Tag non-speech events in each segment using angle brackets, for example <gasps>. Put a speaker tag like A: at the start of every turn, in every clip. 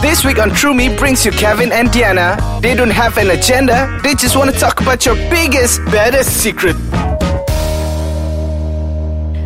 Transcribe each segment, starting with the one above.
A: This week on True Me brings you Kevin and Diana. They don't have an agenda, they just want to talk about your biggest, baddest secret.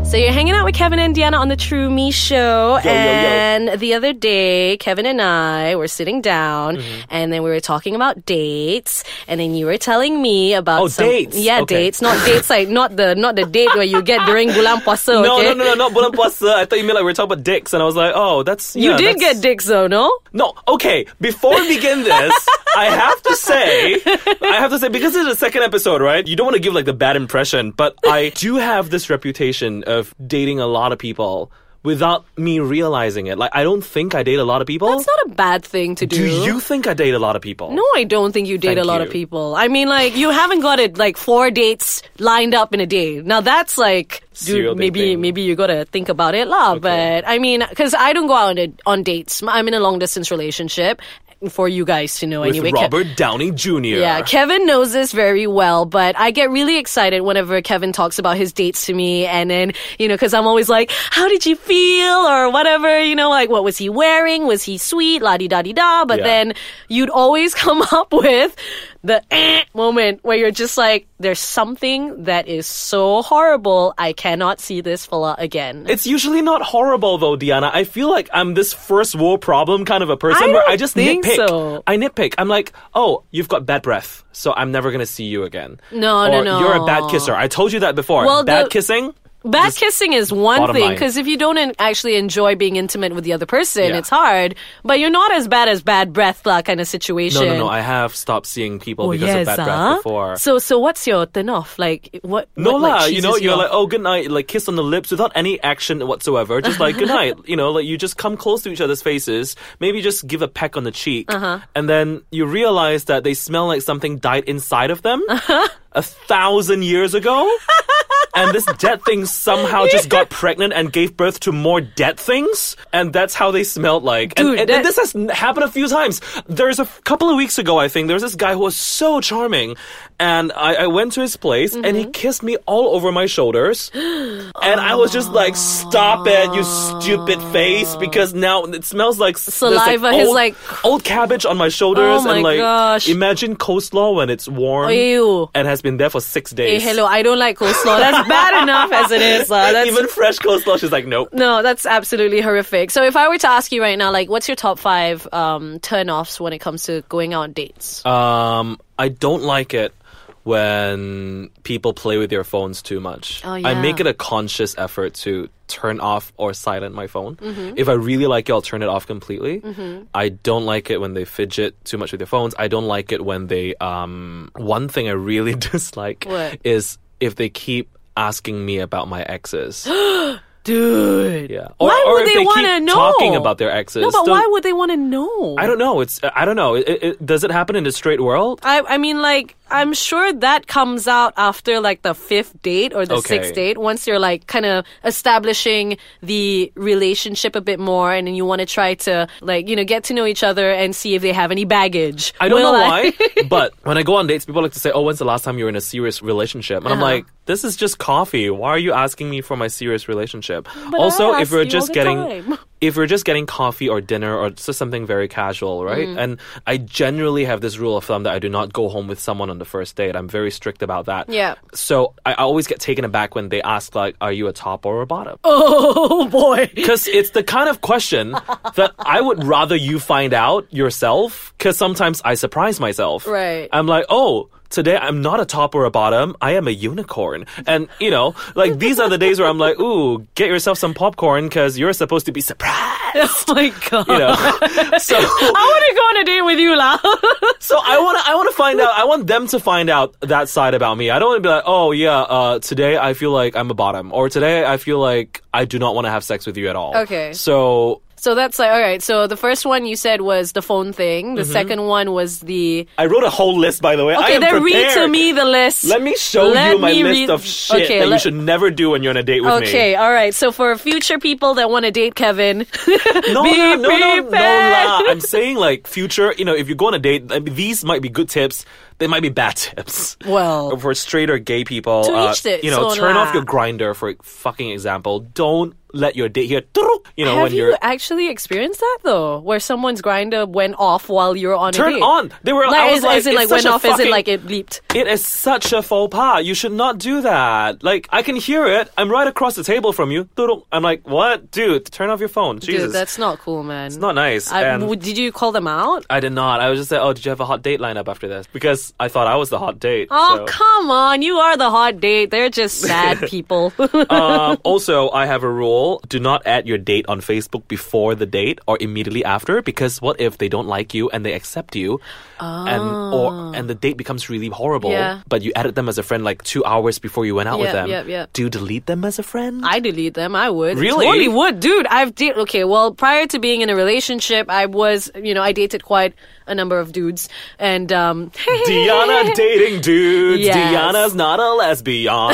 B: So you're hanging out with Kevin and Deanna on the True Me Show,
C: yo, yo.
B: and the other day, Kevin and I were sitting down,
C: Mm-hmm.
B: and then we were talking about dates, and then you were telling me about
C: Oh,
B: some,
C: dates.
B: yeah,
C: Okay.
B: dates, not dates like not the not the date where you get during bulan puasa.
C: <laughs> No,
B: <laughs> okay?
C: no, no, no, not bulan puasa. I thought you meant like we were talking about dicks, and I was like, oh, that's
B: You
C: yeah,
B: did
C: that's-
B: get dicks though, no?
C: No, okay. Before we begin this, I have to say, I have to say because this is the second episode, right? You don't want to give like the bad impression, but
B: <laughs>
C: I do have this reputation of dating a lot of people without me realizing it. Like I don't think I date a lot of people.
B: That's not a bad thing to do.
C: do you think I date a lot of people?
B: No, I don't think you date
C: Thank
B: a lot
C: you.
B: of people. I mean, like you haven't got it like four dates lined up in a day. Now that's like,
C: Serial
B: dude, maybe
C: dating.
B: maybe you gotta think about it, lah. But I mean, because I don't go out on, a, on dates. I'm in a long distance relationship. For you guys to know,
C: With
B: anyway. Ke-
C: Robert Downey Jr.
B: yeah, Kevin knows this very well, but I get really excited whenever Kevin talks about his dates to me. And then, you know, because I'm always like, how did you feel? Or whatever, you know, like, what was he wearing? Was he sweet? La di da di da. But
C: Yeah.
B: then you'd always <laughs> come up with the eh moment where you're just like, there's something that is so horrible. I cannot see this fella again.
C: It's usually not horrible though, Diana. I feel like I'm this first world problem kind of a person
B: I
C: where
B: don't
C: I just
B: think
C: nitpick.
B: so.
C: I nitpick. I'm like, oh, you've got bad breath, so I'm never gonna see you again.
B: No,
C: or,
B: no, no.
C: You're a bad kisser. I told you that before.
B: Well,
C: bad
B: the-
C: kissing.
B: Bad kissing is one
C: bottom
B: thing
C: line.
B: because if you don't en- actually enjoy being intimate with the other person,
C: Yeah.
B: it's hard. But you're not as bad as bad breath lah kind of
C: No,
B: situation.
C: no, no. I have stopped seeing people
B: oh yes,
C: because of bad
B: ah.
C: breath before.
B: So, so what's your turn off? Like what?
C: no
B: what,
C: lah,
B: like,
C: you know,
B: cheeses
C: you're
B: off?
C: like, oh, good night, like kiss on the lips without any action whatsoever, just like good
B: <laughs>
C: night, you know, like you just come close to each other's faces, maybe just give a peck on the cheek,
B: Uh-huh.
C: and then you realize that they smell like something died inside of them
B: Uh-huh.
C: a thousand years
B: <laughs>
C: ago, and this dead thing somehow just got pregnant and gave birth to more dead things, and that's how they smelled like. And-
B: Dude,
C: and,
B: that-
C: and this has n- happened a few times. There's a f- couple of weeks ago, I think, there was this guy who was so charming. And I, I went to his place and
B: Mm-hmm.
C: he kissed me all over my
B: <gasps>
C: shoulders. and I was just like, stop it, you stupid face, because now it smells like s- there's,
B: Saliva, his,
C: old,
B: like-
C: old cabbage on my shoulders.
B: Oh my
C: and like,
B: gosh.
C: imagine coleslaw when it's warm
B: Ew. Eh,
C: and has been there for six
B: Hey,
C: days.
B: hello, I don't like coleslaw.
C: <laughs>
B: That's bad enough as it <laughs> is. lah. That's
C: Even fresh coleslaw, she's like, nope.
B: no, that's absolutely horrific. So, if I were to ask you right now, like, what's your top five um, turn offs when it comes to going out on dates?
C: <laughs> Um, I don't like it when people play with their phones too much.
B: Oh,
C: I
B: yeah.
C: make it a conscious effort to turn off or silent my phone.
B: Mm-hmm.
C: If I really like it, I'll turn it off completely. I don't like it when they fidget too much with their phones. I don't like it when they. Um, one thing I really <laughs> dislike
B: What?
C: is if they keep asking me about
B: <gasps>
C: my exes.
B: Dude.
C: yeah.
B: Why
C: or
B: would
C: if
B: they
C: they,
B: wanna
C: keep
B: know?
C: talking about their exes?
B: No, but
C: Don't-
B: why would they want to know?
C: I don't know. It's I don't know. It, it, it- does it happen in the straight world?
B: I, I mean, like, I'm sure that comes out after like the fifth date or the
C: Okay.
B: sixth date. Once you're like kind of establishing the relationship a bit more, and then you want to try to like you know get to know each other and see if they have any baggage.
C: I don't
B: Will
C: know
B: I-
C: why, but when I go on dates, people like to say, "Oh, when's the last time you were in a serious relationship?" And
B: Uh-huh.
C: I'm like, "This is just coffee. Why are you asking me for my serious relationship?"
B: But
C: also,
B: I
C: if we're
B: ask you all
C: just
B: the
C: getting
B: time. <laughs>
C: if we're just getting coffee or dinner or just something very casual, right?
B: Mm-hmm.
C: And I generally have this rule of thumb that I do not go home with someone on the first date. I'm very strict about that.
B: Yeah.
C: So I I always get taken aback when they ask, like, "Are you a top or a bottom?"
B: <laughs> Oh
C: <laughs>
B: boy.
C: Because it's the kind of question that I would rather you find out yourself. Because sometimes I surprise myself.
B: Right.
C: I'm like, oh, today I'm not a top or a bottom. I am a unicorn. And, you know, like these are the days where I'm like, ooh, get yourself some popcorn because you're supposed to be surprised.
B: <laughs> Oh my god.
C: You know? <laughs> so.
B: I want to go on a date with you, lah.
C: So I want to I want to find out I want them to find out that side about me. I don't want to be like, "Oh yeah, uh, today I feel like I'm a bottom," or "Today I feel like I do not want to have sex with you at all."
B: Okay.
C: So
B: <laughs> so that's like all right. So the first one you said was the phone thing. The second one was the
C: I wrote a whole list, by the way. Mm-hmm. I
B: okay.
C: am
B: Then read to
C: prepared.
B: me the list.
C: Let me show
B: Let
C: you my
B: me
C: list
B: read-
C: of shit
B: Okay,
C: that
B: let-
C: you should never do when you're on a date with me.
B: Okay, all right. So for future people that want to date Kevin, <laughs>
C: No,
B: be
C: no, no, no, no,
B: prepared.
C: la. I'm saying like future. You know, if you go on a date, I mean, these might be good tips. They might be bad tips.
B: Well.
C: <laughs> for straight or gay people,
B: To
C: uh,
B: each their-
C: you know,
B: so
C: turn
B: la.
C: off your grinder. For fucking example, don't let your date hear. <laughs> "Turuk," You know
B: Have
C: when
B: you
C: you're
B: actually experienced that though, where someone's grinder went off while you're on a
C: turn
B: date?
C: on. They were. I
B: Like,
C: was
B: is,
C: like,
B: is it
C: it's
B: like
C: such
B: went
C: a
B: off? Is it
C: fucking-
B: like it bleeped?
C: It is such a faux pas. You should not do that. Like, I can hear it. I'm right across the table from you. Turuk. I'm like, what? Dude, turn off your phone. Jesus.
B: Dude, that's not cool, man. It's
C: not nice.
B: I,
C: and
B: w- did you call them out?
C: I did not. I was just like, oh, did you have a hot date lineup after this? Because I thought I was the hot date.
B: Oh
C: so.
B: come on, you are the hot date. They're
C: <laughs>
B: just sad people.
C: um, <laughs> also, I have a rule: do not add your date on Facebook before the date or immediately after, because what if they don't like you and they accept you, and or and the date becomes really horrible?
B: Oh. Yeah.
C: But you added them as a friend like two hours before you went out with
B: Yep,
C: them.
B: yep, yep.
C: Do you delete them as a friend?
B: I delete them. I would.
C: Really?
B: Totally would, dude. I've de- okay. Well, prior to being in a relationship, I was, you know, I dated quite a number of dudes, and um, <laughs>
C: Diana dating dudes.
B: Yes.
C: Diana's not a lesbian.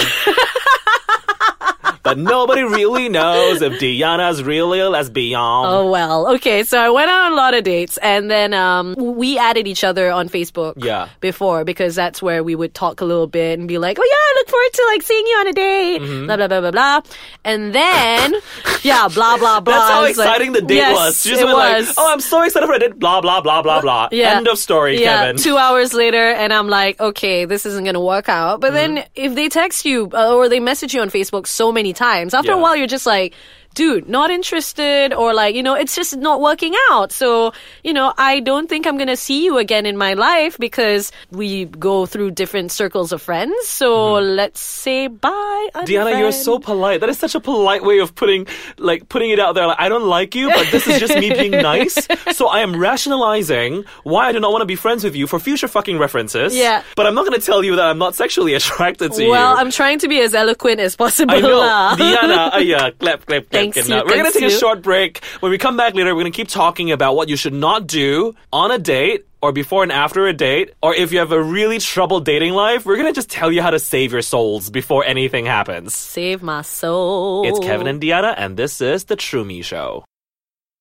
C: but nobody really knows if Diana's really a lesbian.
B: Oh well. Okay, so I went on a lot of dates and then um we added each other on Facebook
C: Yeah.
B: before because that's where we would talk a little bit and be like, "Oh yeah, I look forward to like seeing you on a date."
C: Mm-hmm.
B: blah blah blah blah blah. And then <laughs> yeah, blah blah blah.
C: That's how
B: It's like-
C: exciting the date
B: yes,
C: was. She just
B: it
C: went
B: was.
C: like, "Oh, I'm so excited for the date." Blah blah blah blah blah. End of story,
B: yeah,
C: Kevin.
B: Two hours later, and I'm like, okay, this isn't going to work out. But
C: Mm-hmm.
B: then if they text you uh, or they message you on Facebook so many times, after a
C: Yeah.
B: while, you're just like, dude, not interested, or like, you know, it's just not working out. So, you know, I don't think I'm going to see you again in my life because we go through different circles of friends. So let's say bye.
C: Mm-hmm. Diana, you're
B: unfriend.
C: so polite. That is such a polite way of putting, like, putting it out there. Like, I don't like you, but this is just me
B: <laughs>
C: being nice. So I am rationalizing why I do not want to be friends with you for future fucking references.
B: Yeah.
C: But I'm not going to tell you that I'm not sexually attracted to you.
B: Well, I'm trying to be as eloquent as possible.
C: I know.
B: lah. <laughs>
C: Diana, uh, yeah, clap, clap, clap.
B: Thanks, you,
C: clap. We're going to
B: thanks,
C: take a
B: you.
C: short break. When we come back later, we're going to keep talking about what you should not do on a date or before and after a date. Or if you have a really troubled dating life, we're going to just tell you how to save your souls before anything happens.
B: Save my soul.
C: It's Kevin and Diana, and this is The True Me Show.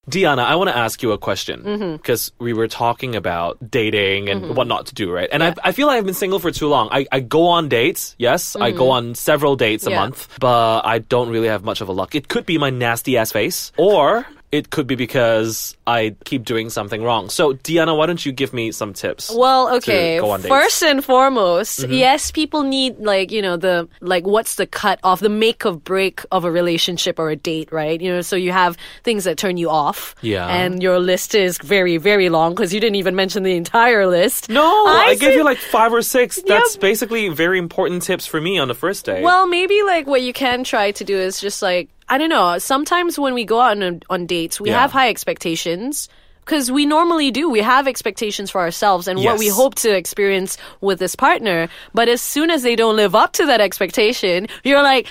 C: Diana, I want to ask you a
B: Mm-hmm.
C: question because we were talking about dating and what not to do, right? And I, I feel like I've been single for too long. I, I go on dates, yes, I go on several dates a
B: Mm-hmm. Yeah.
C: month, but I don't really have much of a luck. It could be my nasty ass face, or it could be because I keep doing something wrong. So, Diana, why don't you give me some tips?
B: Well, okay.
C: go on dates. Mm-hmm.
B: First and foremost, yes, people need like you know the like what's the cut off the make or break of a relationship or a date, right? You know, so you have things that turn you off.
C: Yeah.
B: And your list is very very long because you didn't even mention the entire list.
C: no, I, gave
B: see-
C: you like five or six. That's basically very important tips for me on the first date.
B: Well, maybe like what you can try to do is just like I don't know. Sometimes when we go out on on dates, we
C: Yeah.
B: have high expectations because we normally do. We have expectations for ourselves and what we
C: Yes.
B: hope to experience with this partner. But as soon as they don't live up to that expectation, you're like,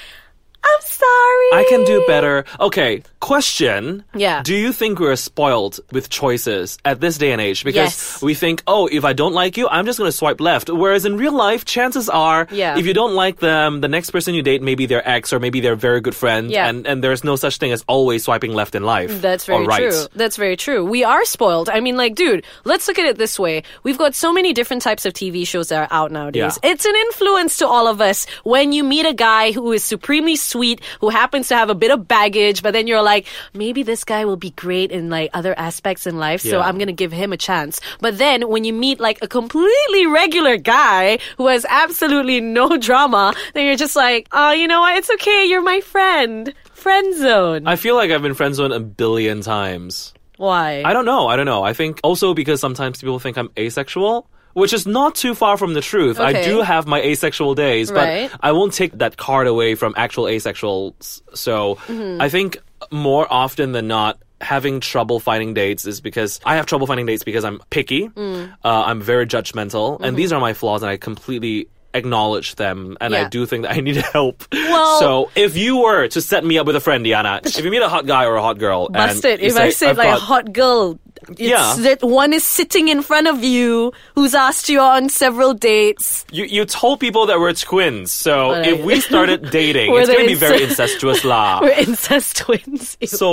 B: I'm sorry.
C: I can do better. Okay, question.
B: Yeah.
C: Do you think we're spoiled with choices at this day and age? Because
B: Yes.
C: we think, oh, if I don't like you, I'm just going to swipe left. Whereas in real life, chances are,
B: Yeah.
C: if you don't like them, the next person you date, maybe their ex or maybe their very good friend.
B: Yeah.
C: And, and there's no such thing as always swiping left in life.
B: That's very
C: or right.
B: true. That's very true. We are spoiled. I mean, like, dude, let's look at it this way. We've got so many different types of TV shows that are out nowadays.
C: Yeah.
B: It's an influence to all of us when you meet a guy who is supremely sweet, who happens to have a bit of baggage, but then you're like, maybe this guy will be great in like other aspects in life, so
C: Yeah.
B: I'm gonna give him a chance. But then when you meet like a completely regular guy who has absolutely no <laughs> drama, then you're just like, oh, you know what? It's okay. You're my friend. Friend zone.
C: I feel like I've been friend zoned a billion times.
B: Why?
C: I don't know. I don't know. I think also because sometimes people think I'm asexual, which is not too far from the truth. I
B: Okay.
C: do have my asexual days,
B: Right.
C: but I won't take that card away from actual asexuals. So
B: Mm-hmm.
C: I think more often than not, having trouble finding dates is because I have trouble finding dates because I'm picky.
B: Mm.
C: Uh, I'm very judgmental,
B: Mm-hmm.
C: and these are my flaws, and I completely acknowledge them and
B: Yeah.
C: I do think that I need <laughs> help.
B: Well-
C: so if you were to set me up with a friend, Diana, if you meet a hot guy or a hot girl
B: Bust
C: and
B: it.
C: you
B: If I
C: say,
B: said
C: "I've
B: like
C: got-
B: hot girl, it's
C: Yeah.
B: that one is sitting in front of you who's asked you on several
C: <laughs>
B: dates.
C: You you told people that we're twins, so
B: Alright.
C: if we started
B: <laughs>
C: dating,
B: We're
C: it's
B: the
C: gonna
B: <laughs>
C: be
B: ince-
C: very incestuous, lah.
B: We're incest twins. Ew.
C: so,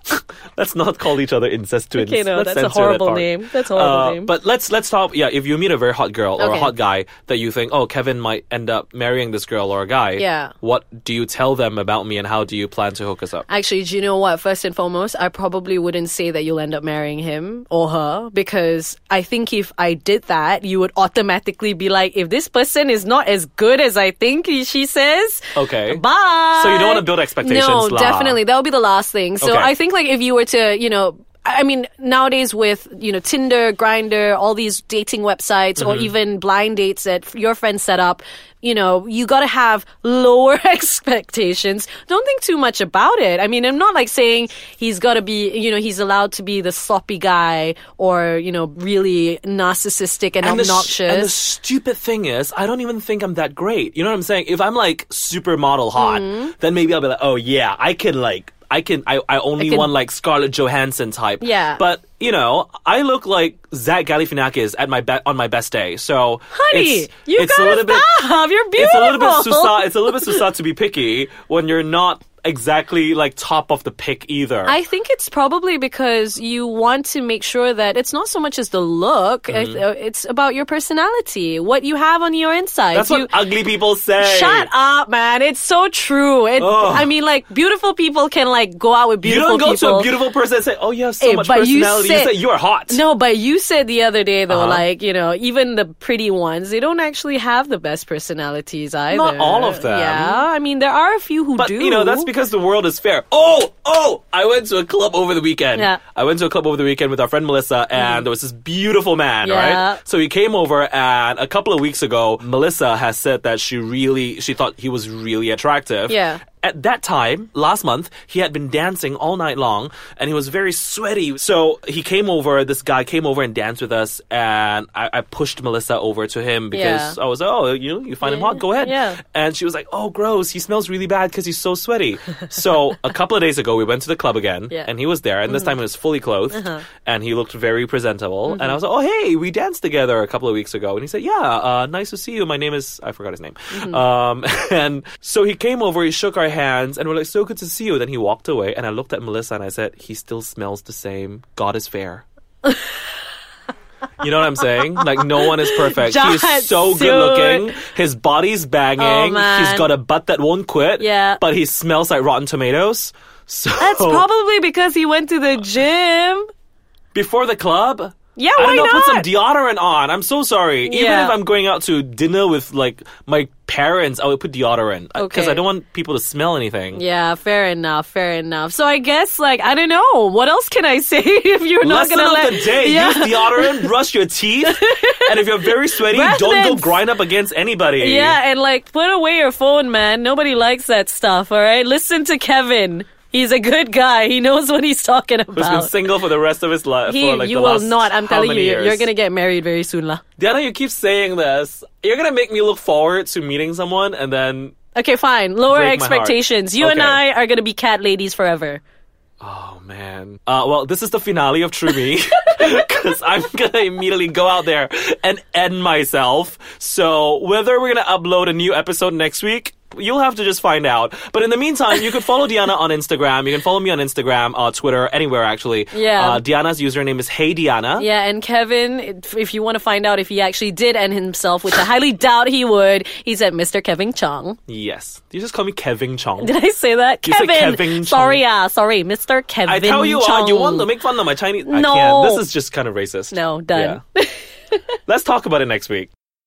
C: <laughs> let's not call each other incest twins.
B: Okay, no,
C: Let's
B: that's a
C: censor that
B: horrible
C: part.
B: name. That's a horrible
C: Uh,
B: name.
C: But let's let's talk. Yeah, if you meet a very hot girl or a
B: Okay.
C: hot guy that you think, oh, Kevin might end up marrying this girl or a guy.
B: Yeah.
C: What do you tell them about me, and how do you plan to hook us up?
B: Actually, do you know what? First and foremost, I probably wouldn't say that you'll end up marrying him or her because I think if I did that, you would automatically be like, if this person is not as good as I think she says,
C: Okay.
B: bye.
C: So you don't wanna build expectations,
B: No,
C: lah.
B: definitely. That would be the last thing. So
C: Okay.
B: I think like if you were to, you know, I I mean, nowadays with you know Tinder, Grinder, all these dating websites, or
C: Mm-hmm.
B: even blind dates that f- your friends set up, you know, you got to have lower <laughs> expectations. Don't think too much about it. I mean, I'm not like saying he's got to be, you know, he's allowed to be the sloppy guy or you know really narcissistic and,
C: the sh-
B: obnoxious.
C: and the stupid thing is, I don't even think I'm that great. You know what I'm saying? If I'm like supermodel hot,
B: Mm-hmm.
C: then maybe I'll be like, oh yeah, I can like, I can, I, I only
B: I can-
C: want like Scarlett Johansson type.
B: Yeah.
C: But you know, I look like Zach Galifianakis at my be- on my best day. So
B: Honey,
C: it's,
B: you
C: it's
B: gotta
C: a little bit,
B: stop. You're beautiful.
C: it's a little bit
B: <laughs>
C: susa, it's a little bit susa to be picky when you're not exactly like top of the pick either.
B: I think it's probably because you want to make sure that it's not so much as the look; it-
C: Mm-hmm.
B: uh, it's about your personality, what you have on your inside.
C: That's
B: You-
C: what ugly people say.
B: Shut up, man! It's so true. It,
C: Ugh.
B: I mean, like beautiful people can like go out with
C: You
B: beautiful
C: don't go
B: people.
C: to a beautiful person and say, "Oh, you have so
B: Hey,
C: much
B: but you
C: personality." You
B: said-
C: say you are hot.
B: no, but you said the other day though,
C: Uh-huh.
B: like you know, even the pretty ones, they don't actually have the best personalities either.
C: all of them.
B: Yeah, I mean, there are a few who
C: But
B: do.
C: you know, that's because the world is fair. Oh, oh! I went to a club over the weekend.
B: Yeah. Mm-hmm.
C: I went to a club over the weekend with our friend Melissa, and there was this beautiful man,
B: Yeah.
C: right? So he came over, and a couple of weeks ago, Melissa has said that she really, she thought he was really attractive.
B: Yeah.
C: At that time, last month, he had been dancing all night long, and he was very sweaty. So he came over. This guy came over and danced with us, and I, I pushed Melissa over to him because
B: Yeah.
C: I was, oh, you know, you find him hot, go ahead.
B: Yeah.
C: And she was like, "Oh, gross! He smells really bad because he's so sweaty." so a couple of days ago, we went to the club again,
B: Yeah.
C: and he was there, and this time he was fully clothed, and he looked very presentable. And I was like, "Oh, hey, we danced together a couple of weeks ago," and he said, "Yeah, uh, nice to see you. My name is I forgot his name." Um, <laughs> and so he came over, he shook our hands, and we're like, "So good to see you." Then he walked away, and I looked at Melissa and I said, "He still smells the same. God is fair." You know what I'm saying? Like no one is perfect. he
B: Jot
C: is so
B: suit.
C: good looking. His body's banging.
B: Oh, man.
C: He's got a butt that won't quit.
B: Yeah.
C: But he smells like rotten tomatoes. So
B: that's probably because he went to the gym.
C: before the club.
B: Yeah,
C: I
B: why
C: don't know, put some
B: not?
C: deodorant on. I'm so sorry. Even
B: Yeah.
C: if I'm going out to dinner with like my parents, I would put deodorant because
B: Okay.
C: I don't want people to smell anything.
B: Yeah, fair enough, fair enough. So I guess like I don't know, what else can I <laughs> say if you're not
C: Lesson
B: gonna
C: of
B: let
C: the day:
B: Yeah. <laughs>
C: use deodorant, brush your teeth, and if you're very sweaty,
B: Breath
C: don't go
B: mints.
C: grind up against anybody.
B: yeah, and like put away your phone, man. Nobody likes that stuff, all right? Listen to Kevin. He's a good guy. He knows what he's talking
C: Who's been
B: about.
C: single for the rest of his life?
B: He,
C: for like
B: you
C: the
B: will
C: last
B: not. I'm
C: how
B: telling you,
C: many
B: you're-
C: years?
B: you're gonna get married very soon, lah.
C: Diana, you keep saying this. You're gonna make me look forward to meeting someone, and then
B: Okay, fine. Lower
C: Break my heart.
B: expectations. You and
C: Okay.
B: I are gonna be cat ladies forever.
C: oh man. Uh, well, this is the finale of True
B: <laughs>
C: Me because I'm gonna immediately go out there and end myself. So whether we're gonna upload a new episode next week. You'll have to just find out. But in the meantime, you could follow Diana on Instagram. You can follow me on Instagram, uh, Twitter, anywhere actually.
B: Yeah.
C: Uh, Diana's username is Hey Diana.
B: Yeah, and Kevin, if- if you want to find out if he actually did end himself, which I highly doubt he would, he's at Mr. Kevin Chong.
C: Yes. You just call me Kevin
B: <laughs>
C: Chong.
B: Did I say that?
C: You said
B: Kevin.
C: Kevin
B: Sorry, ah, sorry, Mr. Kevin.
C: I tell you,
B: Chong.
C: uh, you want to make fun of my Chinese? I
B: No.
C: can't. This is just kind of racist.
B: No, done.
C: Yeah. Let's talk about it next week.